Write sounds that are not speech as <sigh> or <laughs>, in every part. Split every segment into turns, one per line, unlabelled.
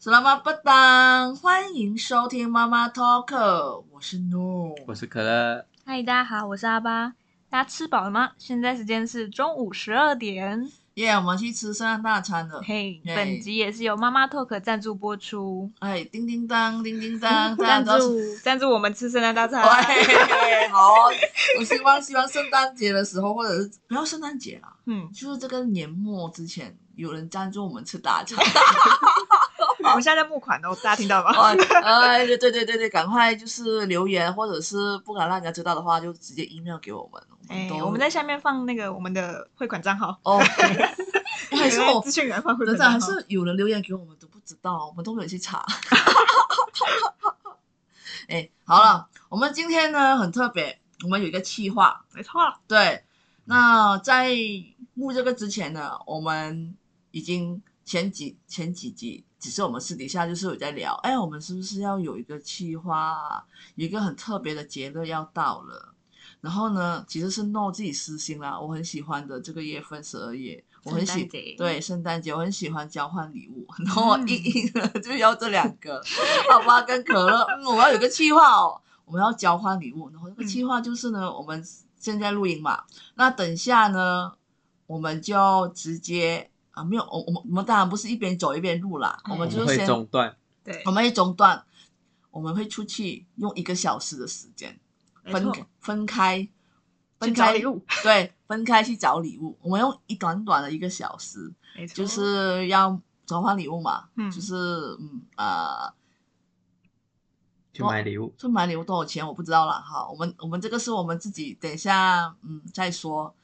Selamat petang，欢迎收听妈妈 Talk，我是 No。
我是可乐，
嗨，大家好，我是阿巴。大家吃饱了吗？现在时间是中午十二点。
耶我们去吃圣诞大餐了。
嘿、
耶
本集也是由妈妈 Talk 赞助播出，
哎，叮叮当，叮叮当，大家
赞
都
<laughs>
是。
助赞助我们吃圣诞大餐。
<laughs> 喂，好哦，我希望希望圣诞节的时候，或者是哎不要圣诞节啦，
嗯，
就是这个年末之前，有人赞助我们吃大
<laughs>
餐。
我们现在在募款哦，大家听到吗？
哎，哎对对对对对，赶快就是留言，或者是不敢让人家知道的话，就直接 email 给我们。我们、
哎
都
我们在下面放那个我们的汇款账号，
哦， <laughs> 还是
<laughs>
我
资讯员放汇
等
款
等，还
账号。
是有人留言给我们都不知道，我们都没有去查。 <laughs> 哎，好了，我们今天呢很特别，我们有一个企划。
没错，啊
对，那在录这个之前呢，我们已经前几前几集，只是我们私底下就是有在聊，哎，我们是不是要有一个企划啊，有一个很特别的节日要到了。然后呢，其实是 No 自己私心啦，我很喜欢的这个月份十二月，我很喜
圣诞节
对圣诞节，我很喜欢交换礼物， <laughs> 然后我
嗯
硬硬的 <laughs> 就要这两个，好吧，跟可乐，嗯，我要有个计划哦，我们要交换礼物，然后那个
嗯
计划就是呢，我们现在录音嘛，那等一下呢，我们就直接啊，没有，我我们我们当然不是一边走一边录啦，
嗯
我
我
们
们
就是
会
先，
中断，
对
我，们会中断，我们会出去用一个小时的时间
没
分
错，
分开，分
去找
开
礼物，
对，分开去找礼物，我们用一短短的一个小时，
没错，
就是要交换礼物嘛，
哦嗯
就是嗯呃。
去买礼物。
去买礼物多少钱我不知道啦。哈，我们我们这个是我们自己等一下嗯再说。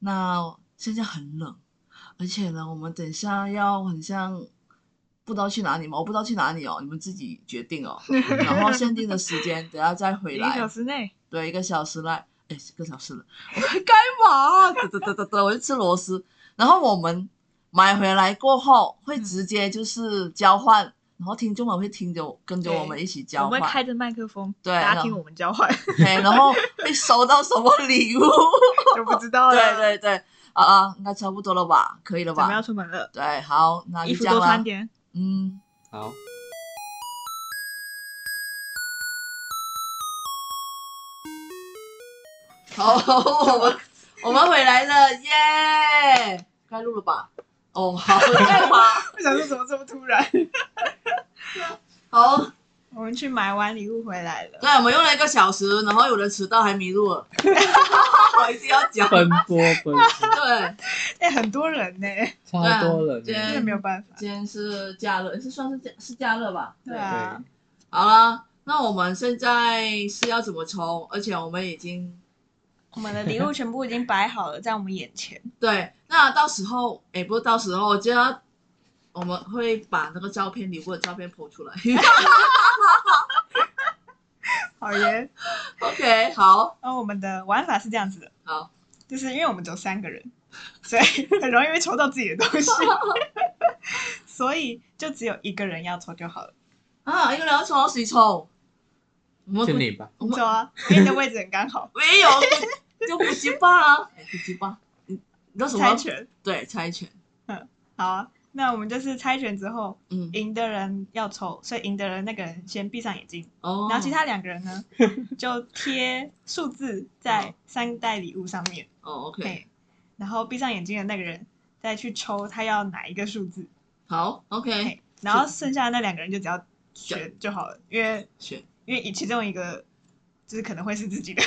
那现在很冷，而且呢，我们等一下要很像不知道去哪里嘛，我不知道去哪里哦，你们自己决定
<laughs>
哦。然后限定的时间，等一下再回
一个
来
小，时内，
对，一个小时来，哎，一个小时了，我还干嘛？得得得得得，我就吃螺丝。然后我们买回来过后，会
嗯
直接就是交换，然后听众们会听着跟着我们一起交
我
换。
们会开着麦克风，
对
大
然后
家听我们交换 <laughs>
嘿，然后会收到什么礼物？
就不知道了。
<laughs> 对对对，啊啊，应该差不多了吧？可以了
我们要
吧？
出门了，
对，好，那
衣
就
服
这
多
样
穿
啦。
点。
嗯，
好，
好，我们我们回来了，耶！该录了吧？哦， <laughs> 好，干嘛？
我想说怎么这么突然？
好，
<laughs> 我们去买完礼物回来了。
对，我们用了一个小时，然后有人迟到还迷路了， <laughs> 我一定要 <laughs> 讲。
奔波奔波，
对，
哎、很多人呢、
超多人
对啊
耶。
真的没有办法。
今天是假日，是算是假是假日吧？
对啊，
好了，那我们现在是要怎么抽？而且我们已经
我们的礼物全部已经摆好了，在我们眼前。
对，那到时候，哎，不是到时候，我觉得我们会把那个照片、礼物的照片剖出来。 <laughs>
好耶！
OK，好，
然后我们的玩法是这样子的，
好，
就是因为我们只有三个人，所以很容易会抽到自己的东 <laughs> 西，所以就只有一个人要抽就好了。
啊，一个人要抽谁抽？我们
是
不
你吧？
我
你
们。
抽啊，因为你的位置很刚好
没有，不就补习班啊， <laughs> 哎补习班，你你知道什么？
猜拳，
对，猜拳，
好啊。那我们就是猜拳之后，
嗯，
赢的人要抽，所以赢的人那个人先闭上眼睛，
哦，
然后其他两个人呢，就贴数字在三袋礼物上面，
哦，OK，
对，然后闭上眼睛的那个人再去抽他要哪一个数字，
好，OK，
嘿然后剩下的那两个人就只要选就好了，因为
选，
因为其中一个就是可能会是自己的，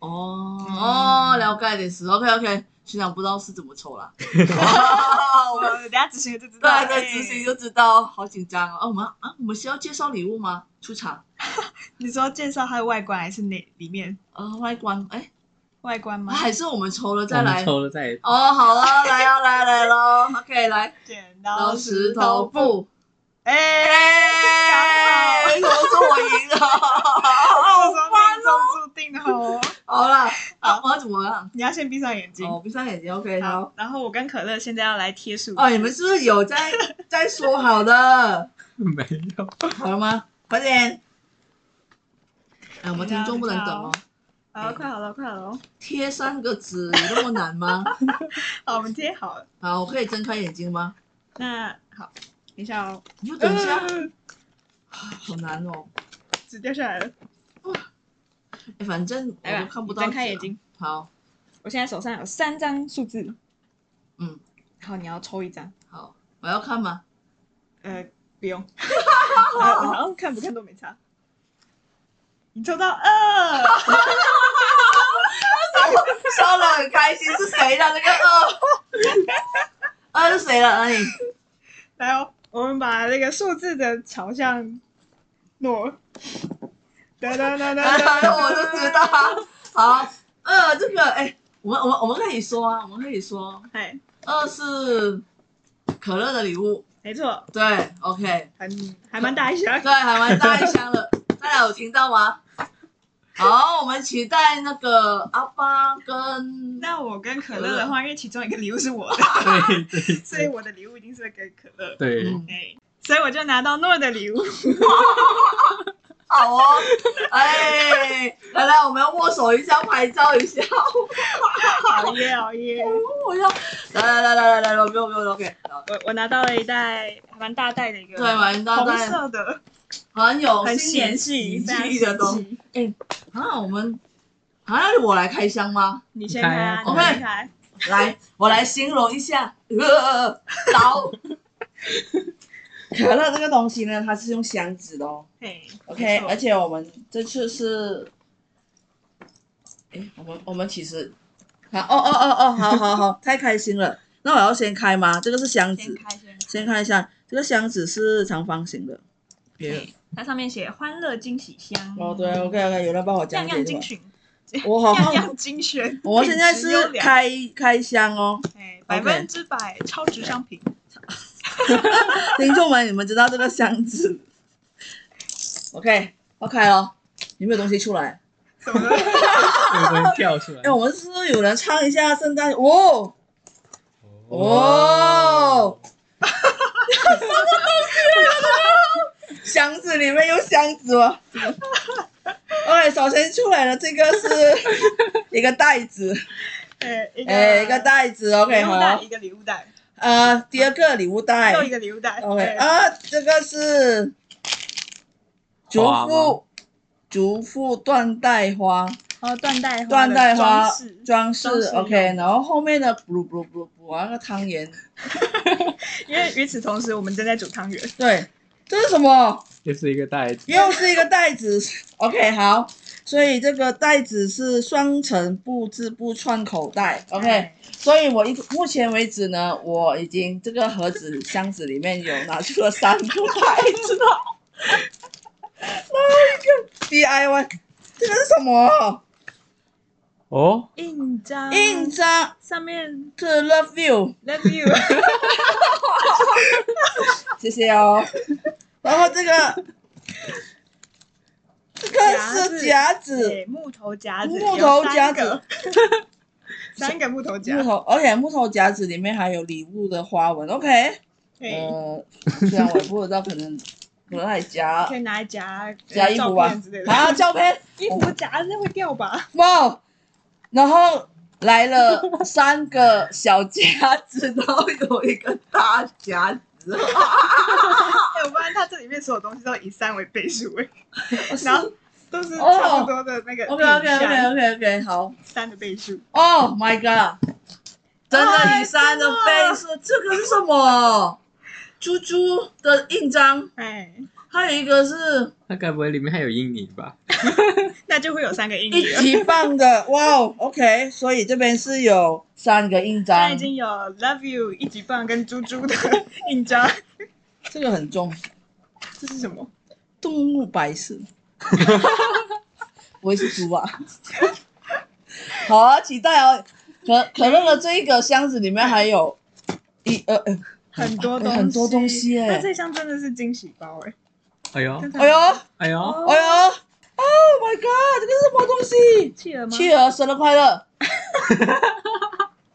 哦
嗯
哦，了解的是，OK，OK，学长不知道是怎么抽啦。 <laughs> 哦
我
我们
们等下执行就知道了，
对对，执行就知道，好紧张哦。哦，我们啊，我们是要介绍礼物吗？出场，
嘿你说介绍它的外观还是哪里面
呃，外观，哎，
外观吗？
还是我们抽了
我
再
们
来。
抽了再
哦，好啊，来啊，来来喽，OK，来，
剪刀
刀石头，布，
哎，
哎，
刚好
我说我赢 <laughs> 了，
我说命中注定哦！
好了，啊，我要怎么样？
你要先闭上眼睛。
哦，闭上眼睛，OK，好
好。，然后我跟可乐现在要来贴数字。
哦，你们是不是有在在说好的？
没有。
好了吗？快点！哎，我们听众不能等哦。
好，快好了，快好了哦。
贴三个纸有那么难吗？ <laughs>
好，我们贴好了。
好，我可以睁开眼睛吗？
那好，一下哦，
你就等一下，
呃
好难哦。
纸掉下来了。
哎反正我
来
都
吧，
看不
你
到。啊
睁开眼。睛，
好，
我现在手上有三张数字，
嗯，
好，你要抽一张。
好，我要看吗？
呃，不 <laughs> 用，呃我好像看不看都没差。你抽到二， <laughs>
笑得很开心，是谁的那个二？ <laughs> 二是谁了？哎，
来哦，我们把那个数字的朝向挪。哒哒哒哒哒 <laughs>
哎
哒，
我就知道。好，二这个哎，我们我们我们可以说啊，我们可以说，
哎，
二是可乐的礼物。
没错，
对，OK，
很还蛮大一箱。
对，还蛮大一箱的，大家有听到吗？好，我们期待那个阿巴跟
那我跟可乐的话，因为其中一个礼物是我的，
对
<laughs>
对
所以我的礼物一定是会给可乐。
对，
嗯
哎，所以我就拿到诺的礼物。
好哦，哎，来来，我们要握手一下，拍照一下。
熬夜熬夜，
我要来来来来来来，不用不用，OK，好
我我拿到了一袋还蛮大袋的一个，
对，蛮大
红
袋，
色的，
很有
很
新年
喜
喜
气，非常
气的东
喜
西
气。
啊。我们啊，那我来开箱吗？
你先开啊，
你
你
开啊
先开。
来，我来形容一下，呃，刀。可乐这个东西呢，它是用箱子的哦。
嘿
OK，而
且
且我们这次是，哎，我们我们其实，好，哦哦哦哦，好好好，太开心了。那我要先开吗？这个是箱
先
子，
开先
先看一下，这个箱子是长方形的。别人
开，它上面写“欢乐惊喜箱”，
哦，对，OK OK，有人帮我讲
样
解
样
这
精
个。
选，
我好
样
像，
样精选。
我现在
品质优
是
良，
开开箱哦，
哎，百分之百超值商品，
听众们，你们知道这个箱子？OK，我开了，有没有东西出来？
怎么了？
有人跳出来
哎、。我们是不是有人唱一下圣诞？哦，哦，箱子里面有箱子吗？OK，首先出来的这个是一个袋子，
哎， <laughs> 一
哎，一个袋子，OK，
礼物袋，
好
一。个礼物袋，
呃，第二个礼物袋
又一个礼物袋。
，OK，
哎
啊，这个是竹
花吗
腹竹腹缎带花，
哦，缎带花的
缎带花
装饰
装饰
装饰用嗯
，OK，然后后面的补补补补啊，那个汤圆，
因为与此同时，我们正在煮汤圆。
对，这是什么？
又是一个袋子，
又是一个袋子 <laughs> ，OK，好，所以这个袋子是双层布织布串口袋，OK，
哎
所以我一目前为止呢，我已经这个盒子箱子里面有拿出了三个袋子了， <laughs> 那一个 DIY，这个是什么？
哦，
印章，
印章
上面
是 Love You，
Love You，
谢谢哦，然后这个。这个是夹子，
对，木头夹子，
木头夹子
有
<laughs>
三个，三个木头夹
木，头，而且木头夹子里面还有礼物的花纹。OK，
对，
呃，虽然我也不知道，可能可能还
<laughs>
夹
可以拿来夹
哦夹衣服吧
照片之类，的。
啊，照片，
衣服夹那会掉吧？
哇，然后来
<laughs>
了三个小夹子，然后有一个大夹子，
哎，我发现它这里面所有东西都以三为倍数哎，然后都是
哦
差不多的那个
OK OK
底
OK
下
OK OK，好
三的倍数，
，Oh my god，真的以三的倍数，
哎
这个是什么？猪猪的印章，
哎，
还有一个是
那该不会里面还有印尼吧？
那就会有三个印
一
章。
级棒的，哇哦，OK，所以这边是有三个印
它
章
已，经有 Love You 一级棒跟猪猪的印章，
这个很重，
这是什么？
动物白痴， <laughs> 不会是猪吧？啊好啊，期待哦。可可乐的这一个箱子里面还有一呃，呃
很多东西，
很多东西耶
那这箱真的是惊喜包哎！哦
哎呦，
哎呦，哎
哎
呦
呦，
，Oh my god，这个是什么东西？
气了吗？
企鹅生日快乐！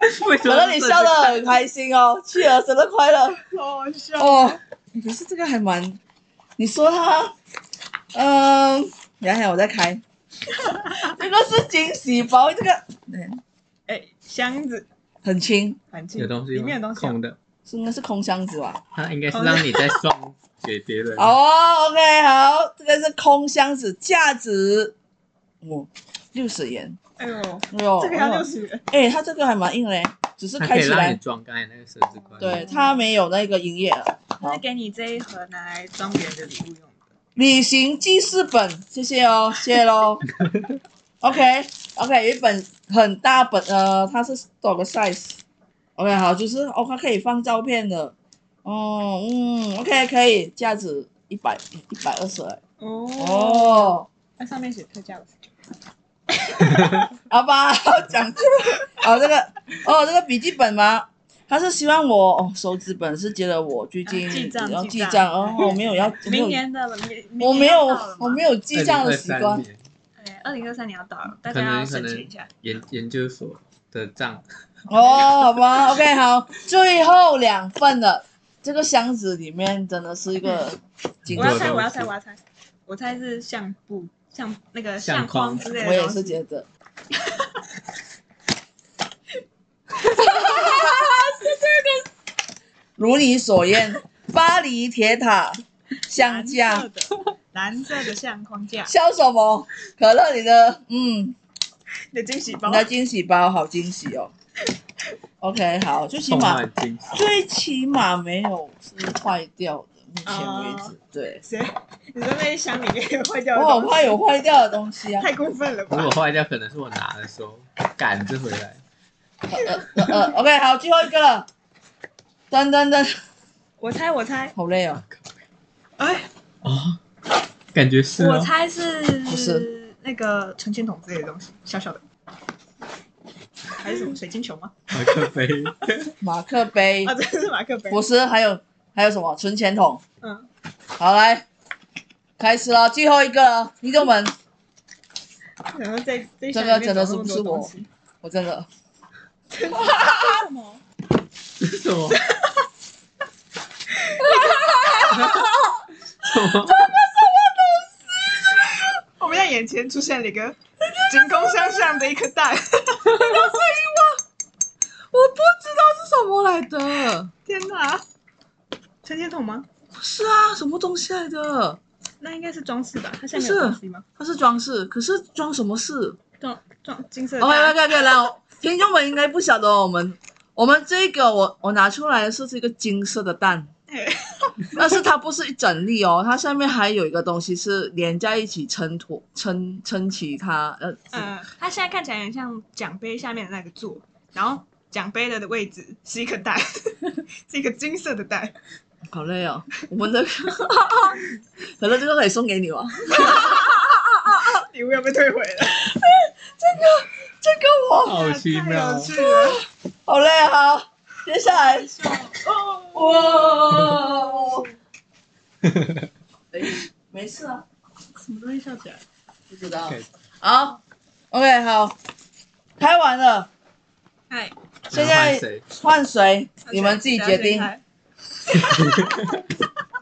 为什
可乐，你笑得很开心哦，企鹅生日快乐！
好好笑
哦，可是这个还蛮，你说它，嗯、等一下我再开，这个是惊喜包，这个嗯
哎，箱子
很轻，
很轻，
有东西吗
里面有东西啊
空的，
是那是空箱子啊吧？
他应该是让你再送给别人。
好哦，OK，好，这个是空箱子，价值哦六十元，
哎呦，
哎呦，
这个要
哎呦
六十元，
哎、它这个还蛮硬嘞，只是
它可
开
以
起
让你
来，
装刚才那个生日快乐。
对，它没有那个营业额。
他
好
是给你这一盒拿来装别人的礼物用的。
旅行记事本，谢谢哦，谢谢
<laughs>
喽。OK OK，有一本很大本，呃，它是多少个 size？OK、好，就是哦，它可以放照片的。哦，嗯，OK 可以，价值一百一百二十二。
哦，
哦，
那上面写特价五十九。
好吧，
<laughs>
讲这个，哦这个，哦这个笔记本吗？他是希望我哦，手指本是觉得我最近
啊记账
要
记
记
账
账，
<laughs>
哦，我没有要，我没有
明年的了，明明
我没
年
有
要到了吗
我没有记账的习
2023
惯。
年
对，二零二三年要到了，大
可
家要
能可
申请
能
一下。
研研究所的账，
哦，好吧，OK，好，最后两份了。这个箱子里面真的是一
<laughs>
个金
我
龟
多
要
子
猜，
东
我要
西
猜，我要猜，我猜是相簿、相那个
相
相框
框
之类的。
我也是，觉
<laughs>
得。如你所愿，巴黎铁塔相
蓝色
架，
的，蓝色的相框架，
笑什么？可乐，你的嗯，
你的惊喜包
你。的惊喜包好惊喜哦。OK，好，最起
充
码
满惊喜。
最起码没有是坏掉的，目前为止，对。
谁？你的那一箱里面有坏哦掉的
我好
东西
怕有坏掉的东西啊！
太过分了
如
吧
果？坏掉，可能是我拿的时候赶着回来。
呃呃，OK，好，最后一个了。噔噔噔，
我猜，我猜，
好累哦。
哎，
哦，感觉是
我
哦。
猜是
不是
那个存钱筒之类的东西，小小的，还是什么水晶球吗？
马克杯，
马克杯
啊，，这是马克杯。
不是，还有还有什么存钱筒？
嗯，
好，来，开始了，最后一个了，听众们，
然后在这一
这
箱
个
里面
真的
找
是
那么
不
多
是我
东西
我真的
为什么？
这 <laughs> 是什么？ <laughs> 什么？
我们在眼前出现了一个 <laughs> 金光相向的一颗蛋，
我不知道是什么来的。
天哪！存钱筒吗？
不是啊，什么东西来的？
那应该是装饰吧？它下面有
不是
东西吗？
它是装饰，可是装什么饰
装装金色的
？OK
蛋。
OK OK，来，哦我听众们应该不晓得我们我们这个我我拿出来的是这个金色的蛋。
哎
但是它不是一整粒哦，它下面还有一个东西是连在一起撑托撑撑起它，呃，
呃，它现在看起来很像奖杯下面的那个座，然后奖杯的位置是一颗蛋， <laughs> 是一个金色的蛋。
好累哦。我们的可乐这个可以送给你吗？
礼物要被退回了，
这个我
<laughs> 好奇
<laughs> 太
妙
有！趣了。
好累啊。好，接下来是
哦，
我，哎，没事啊，
什么东西笑起来？
不知道
OK。
好，OK，好，拍完了，
嗨，
现
那
在
换谁
换谁？你们自己决定。
大家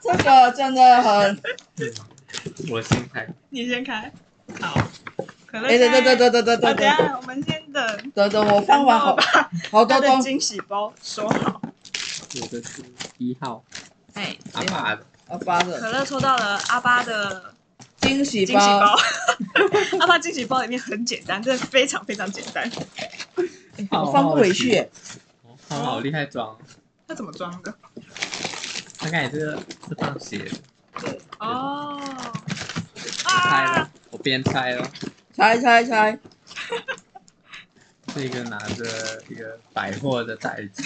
这个真的很
我先开。
先开你先开。好，可乐
哎，
先。
等等等等等等
啊
等
等一
等
下，我们先等。
等等，我放完好
把
好
他
多
的
东
惊喜包收好。
我的是一号
哎，
阿爸的，
啊八
可
的
乐抽到了阿巴的
惊喜
惊喜包
包，，
阿巴惊喜包里 <laughs> 面很简单，真的非常非常简单。
哎我放不回去耶，
哦，他好厉害装，
它怎么装的？
他看你这个是放鞋的，
哦，
拆
啊
了，，我边拆了，
猜猜猜，
这个拿着一个百货的袋子，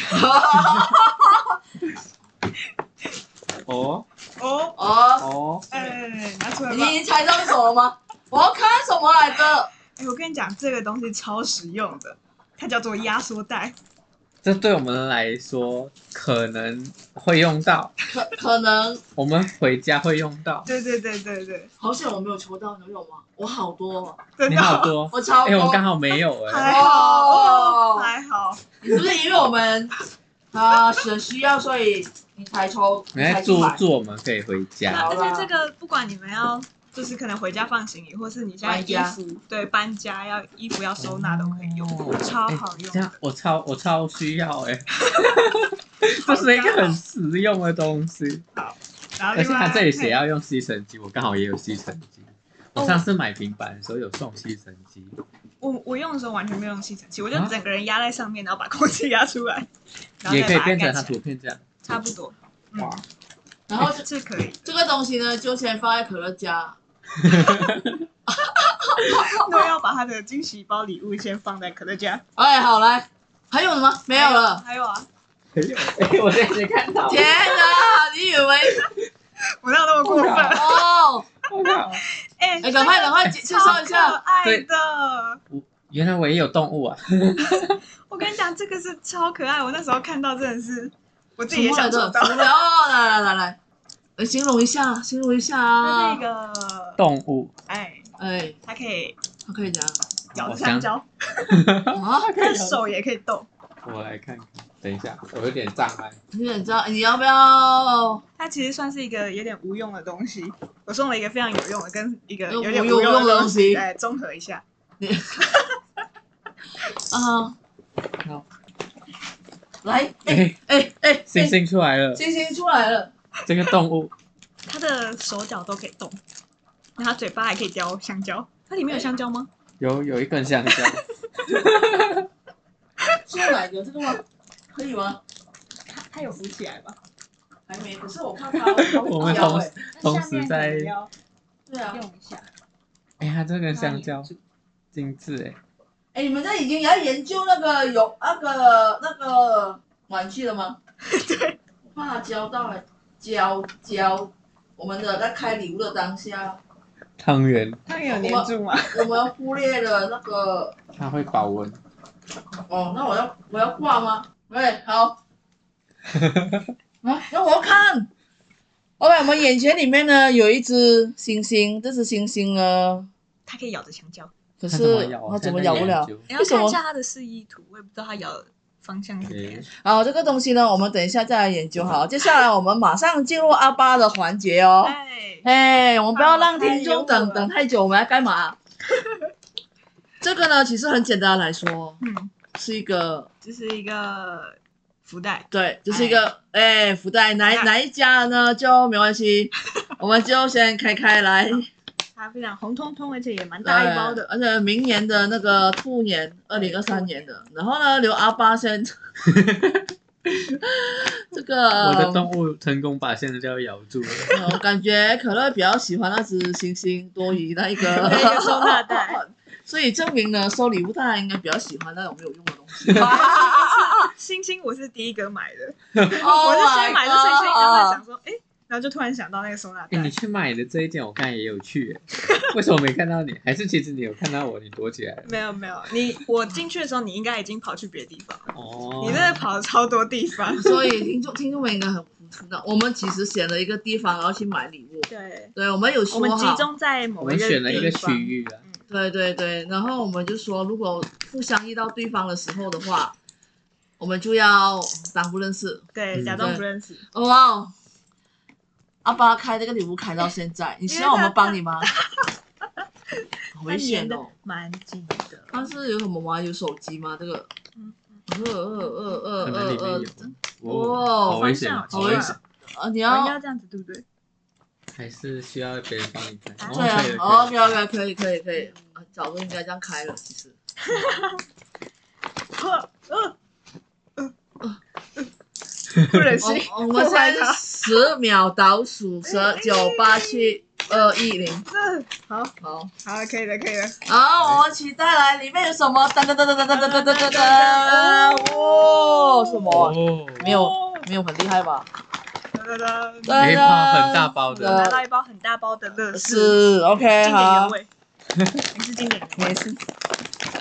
哦
哦，
哦，
哦，
哎，拿出来吧。
你猜到什么吗？我要看什么来着？
哎，我跟你讲，这个东西超实用的，它叫做压缩袋。
这对我们来说可能会用到，
可可能，
我们回家会用到，
对对对对对，
好险我没有抽到，你有吗？我好多哦，
真
你
的
好
哦。
多，
我超
哎、我刚
多，
好没有哎、
还好，
哦
哦还好。
不是因为我们啊是需要，所以你才抽，
你
才
在
出
祝
来
哎祝我们可以回
那
家
好
而
啦
且这个不管你们要就是可能回家放行李，或是你现在
搬
衣
家
服对搬家要衣服要收纳都可以用，超
哎
好用
这样
的。
我超我超需要哎、这是一个很实用的东西，
然后
而
另
且
外
它这里
还
写
有
要用吸尘机，我刚好也有吸尘机。
哦
我上次买平板的时候有送吸尘机，
我我用的时候完全没有用吸尘器，我就
啊
整个人压在上面，然后把空气压出来，然后
也
再
可以
把
变
盖
成
起
它
来，
图片这样。 <laughs>
差不多。嗯
哇，
然后这
这可以，
这个东西呢，就先放在可乐家。
那要把他的惊喜包礼物先放在可乐家。
哎，好来，还有吗？没有了。
还有啊，
哎呦哎，我现在才看到，
天哪，你以为
我哪有那么过分？
哦？
我靠，
哎、
哎，赶快赶快
这
介
个
介绍一
超可
下。
爱的。
原来我也有动物啊！
我跟你讲，这个是超可爱，我那时候看到真的是，我自己
什
也
么来
想做
着？
到。
什么来哦，来来来来，来形容一下，形容一下啊
那。个，
动物，
哎，
哎，
它可以
它可以这样
咬着
我
香
想
蕉，
哦
啊？
它的手也可以动，
我来看看，等一下，我有点障碍。
你想知道你要不要？啊
它其实算是一个有点无用的东西。我送了一个非常有用的，跟一个
有
有点
无用
用
的
的
东西
西，哎，综合一下。
啊，
好，
来，哎
哎，
哎哎，
星
哎
星出来了，
星星出来了，
这个动物
它的手脚都可以动，然后它嘴巴还可以叼香蕉。它里面有香蕉吗？
有有一根香蕉，
是哪个？这个吗？可以吗？
它它有浮起来吧？
还没，可是我看它，它会
我们
飘
同
哎
同时在
那下面可能要
对啊，
用一下
哎呀，这根香
它
蕉
也是
精致哎，
哎，你们这已经要研究那个有那个那个玩具了
<laughs>
吗？
对，
怕交到了，交交，我们的在开礼物的当下，
汤圆
它有粘住吗？
我们忽略了那个
它会保温，
哦，那我要我要挂吗？喂，好。啊，让我看。OK，我们眼前里面呢有一只星星，这只星星呢，
它可以咬着香蕉。
可
它
是
怎么咬啊？
它怎么
现
咬
在
不了
研？究
你要
为什
看
么
一下它的示意图，我也不知道它咬的方向是怎么样。
好，这个东西呢，我们等一下再来研究。好，接下来我们马上进入阿巴的环节哦。
哎，
哎，我们不要让听
哎有
众
我
等等太久，我们要干嘛？ <laughs> 这个呢，其实很简单来说，
嗯，
是一个
这是一个福袋，
对，就是一个哎福袋，哪一
哎
哪一家呢就没关
<laughs>
系，我们就先开开来。
它非常红彤彤，而且也蛮大一包
对
的。
而且明年的那个兔年，二零二三年的，然后呢，留阿巴
<laughs>
先。这个
我的动物成功把香蕉咬住了，
我感觉可乐比较喜欢那只星星多于那一
<laughs>
个
那个收纳袋，
所以证明呢，收礼物大家应该比较喜欢那种没有用的东
<laughs>
西。
星星我是第一个买的，
Oh
哦我是先买了星星，然后
my
想说，哎，然后就突然想到那个收纳
哎、你
袋，
去买的这一件，我刚才也有去耶，为什么没看到你？还是其实你有看到我，你躲起来了？
没有没有，你我进去的时候，你应该已经跑去别的地方了，
哦，
你真的跑了超多地方
God。所以听众听众们应该很不知道，我们其实选了一个地方，然后去买礼物。
对，
<laughs> 对，我们有
我
说
们集
好，
中在
我
某一
们
个
选了一个
地
区
方
域啊，
对对对，然后我们就说，如果互相遇到对方的时候的话，我们就要当不认识。
对，
嗯
假装不认识。
哇、哦，阿巴开这个礼物开到现在，你希望我们帮你
<laughs>
吗？好危险
的
哦！
蛮紧的。
但是有什么吗？有手机吗？这个，
嗯
呃呃呃呃
可能里面
呃
有。
哦
好危险哦，
好
好
危
危
险
险，
呃，啊你
我应
要
该这样子，对不对？
还是需要别人帮你看。哦
对啊
可以了可以
，OK
了
OK，可以可以可以，啊早就应该这样开了，其实。
<laughs>
呃呃呃哦不忍心，
哦我我们现在
破坏它
十秒倒数，十九八七二一零，
这好
好，
好了，可以了，可以了。
好，我们期待来里面有什么？噔噔噔噔噔噔噔噔噔噔噔，哦，什么？
哦，
没有
哦
没有很厉害吧？
哒哒哒
对
有一包很大包
我拿
的，
到一包很大包的乐事，
是 OK
经典原
好，
<laughs>
味，也是经典原
没
味。
事。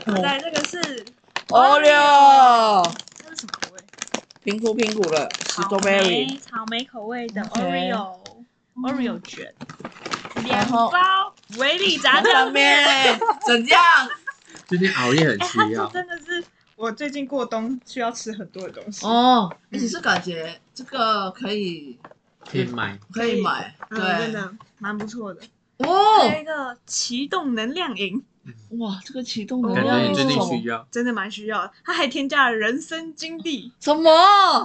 我在这个是
哦哟，
它是什么口味？
评估评估了
草
，strawberry，
莓草莓口味的
OK
Oreo Oreo 卷，
然
两
后
包维力炸
上
酱面。
面怎
<laughs>
样？
最近熬夜很
哎，
需
它这
要，
真的是我最近过冬需要吃很多的东西。
哦，而且是感觉这个可以
可以买。
可以买，
嗯，真
对，
的蛮不错的。
哦
还有一个启动能量营，
哇，这个启动能
感觉
量
你
是
最
什
近
么？
需要。
真的蛮需要的。它还添加了人生经历、
什么？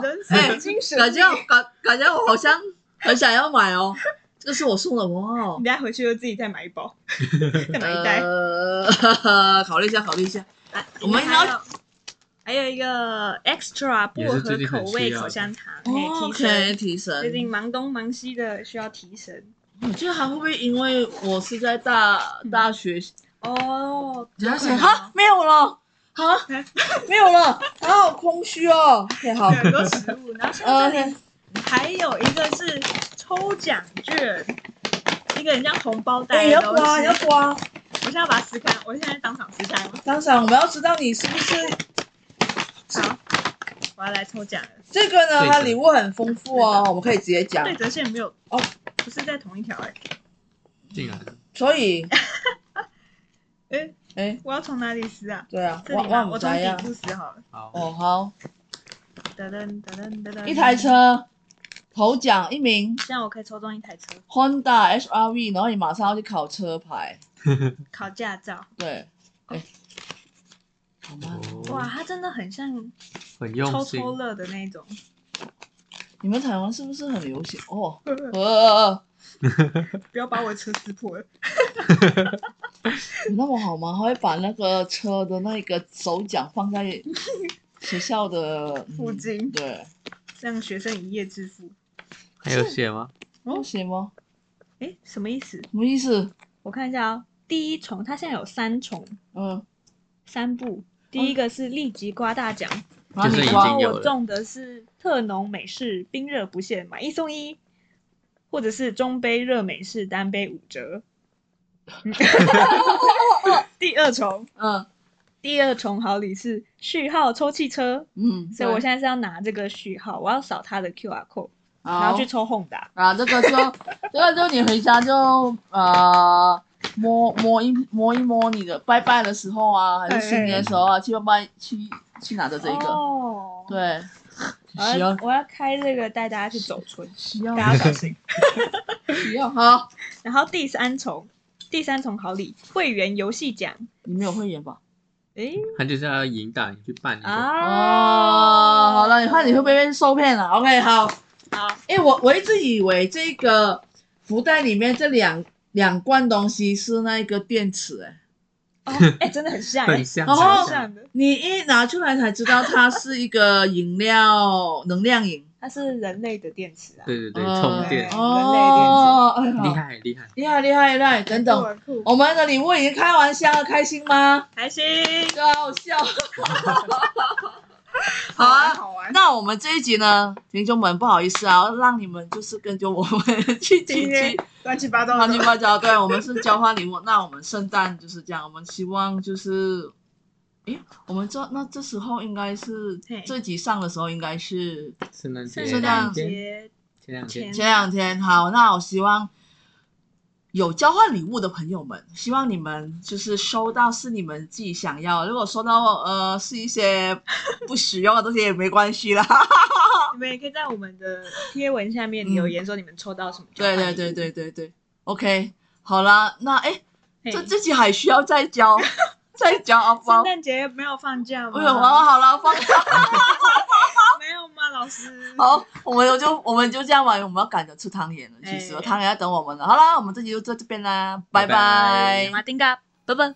人
哎
生精神力。
感觉感感觉我好像很想要买哦， <laughs> 这个是我送的哦
你。等下回去就自己再买一 <laughs> 包，再买一袋。
呃， <laughs> 考虑一下，考虑一下。
啊
我们
还
要
有还有一个 extra 薄
也是
荷
最近
口
很需
味
要
口
的
香糖，可以提
可以
升。
哦提神。
最近忙东忙西的，需要提神。
我觉得还会不会因为我是在大
嗯
大学，
哦，
人家
有
想
可能
哈没有了，哈
哎
没有了，啊好空虚哦。OK，好
<laughs> 对，很多食物。然后像
呃
这里还有一个是抽奖券，一个很像红包
哎
袋
你
的
要
东
刮
西。
要刮，
我现在要把它撕开，我现在当场撕开吗？
当场我们要知道你是不是
好，我要来抽奖了。
这个呢？
对的
它礼物很丰富哦，我们可以直接讲
对。折线没有
哦，
不是在同一条哎、
竟然
所
<laughs>
以，
欸、哎、
哎，
我要从哪里撕啊？
对啊，
这
我
里吗？
我
我
们
从
摘呀
底。部撕好了。
好，
哦，好，
噔噔噔噔噔噔。
一台，车头奖一名
这样我可以抽中一台车，
Honda HRV，然后你马上要去考车牌，
考驾照。
对，哎，好吗？
哇，
哦，
它真的很像
很
抽
用心，
抽乐的那种。
你们台湾是不是很流行
<laughs>
哦？呃，
不要把我车撕破了。
有那么好吗？还会把那个车的那个手奖放
<laughs>
在学校的嗯
附近
对，
让学生一夜致富。
还有写吗？
有写吗？
哎，什么意思？
哦什么意思？
我看一下哦。第一重，它现在有三重
嗯，
三步。第一个是立即刮大奖，
然后
就是已
你
经
刮
然后
有
我
了
中的是特浓美式冰热不限，买一送一，或者是中杯热美式单杯五
<laughs>
折。第二重，
嗯
第二重好礼是序号抽汽车，
嗯，
所以我
对
现在是要拿这个序号，我要扫它的 QR code，然
好
后去抽 Honda。
啊，这个就这个就你回家就呃摸摸一摸一摸你的拜拜的时候啊，还
哎哎
是新年的时候啊，去拜拜去去拿着这一个，
哦，
对，
我要
需要
我要开这个带大家去走村，
需要
大家小心。
需要好，
然后第三重，第三重好礼，会员游戏奖。
你没有会员吧？
诶啊
他就是要引导你去办一
啊
个，
哦，好了，你看你会不会被受骗了？OK，好，
<laughs> 好，
哎、我我一直以为这个福袋里面这两两罐东西是那个电池、哎，
哦，哎、真的很像、欸，
很像，
然
超
后
超像的。
你一拿出来才知道它是一个饮料能量饮，
它是人类的电池啊，
对对对，
呃
充电，
哦，哎
厉
好
害厉害，
厉害厉害厉害，等等，
酷，
我们的哦礼物已经开完箱了，开心吗？
开心，
这好 <laughs> 笑，好啊。
好玩。
那我们这一集呢，听众们不好意思啊，让你们就是跟着我们去几
今
集
天乱七八糟
乱七
的，
八糟，对我们是交换礼物。那我们圣诞就是这样，我们希望就是，诶，我们这那这时候应该是
嘿
这集上的时候应该是
圣诞节，
圣
啊
诞节
前两天
前
前两天。好，那我希望有交换礼物的朋友们，希望你们就是收到是你们自己想要的，如果收到呃是一些不实用的东西也没关系啦。
你们也可以在我们的贴文下面留言说你们抽到什么交
嗯对
换礼
对
物。
对对对对，OK，好啦，那诶，
嘿，
这这集还需要再交再交啊包
圣。诞节没有放假吗？
哎呦，好了好了，放下。
没有吗，老师？
好，我们就我们就这样吧，我们要赶着吃汤圆了，其实
哎
汤圆要等我们了。好啦，我们这集就到这边啦，拜
拜拜
拜。
马丁嘎，拜拜。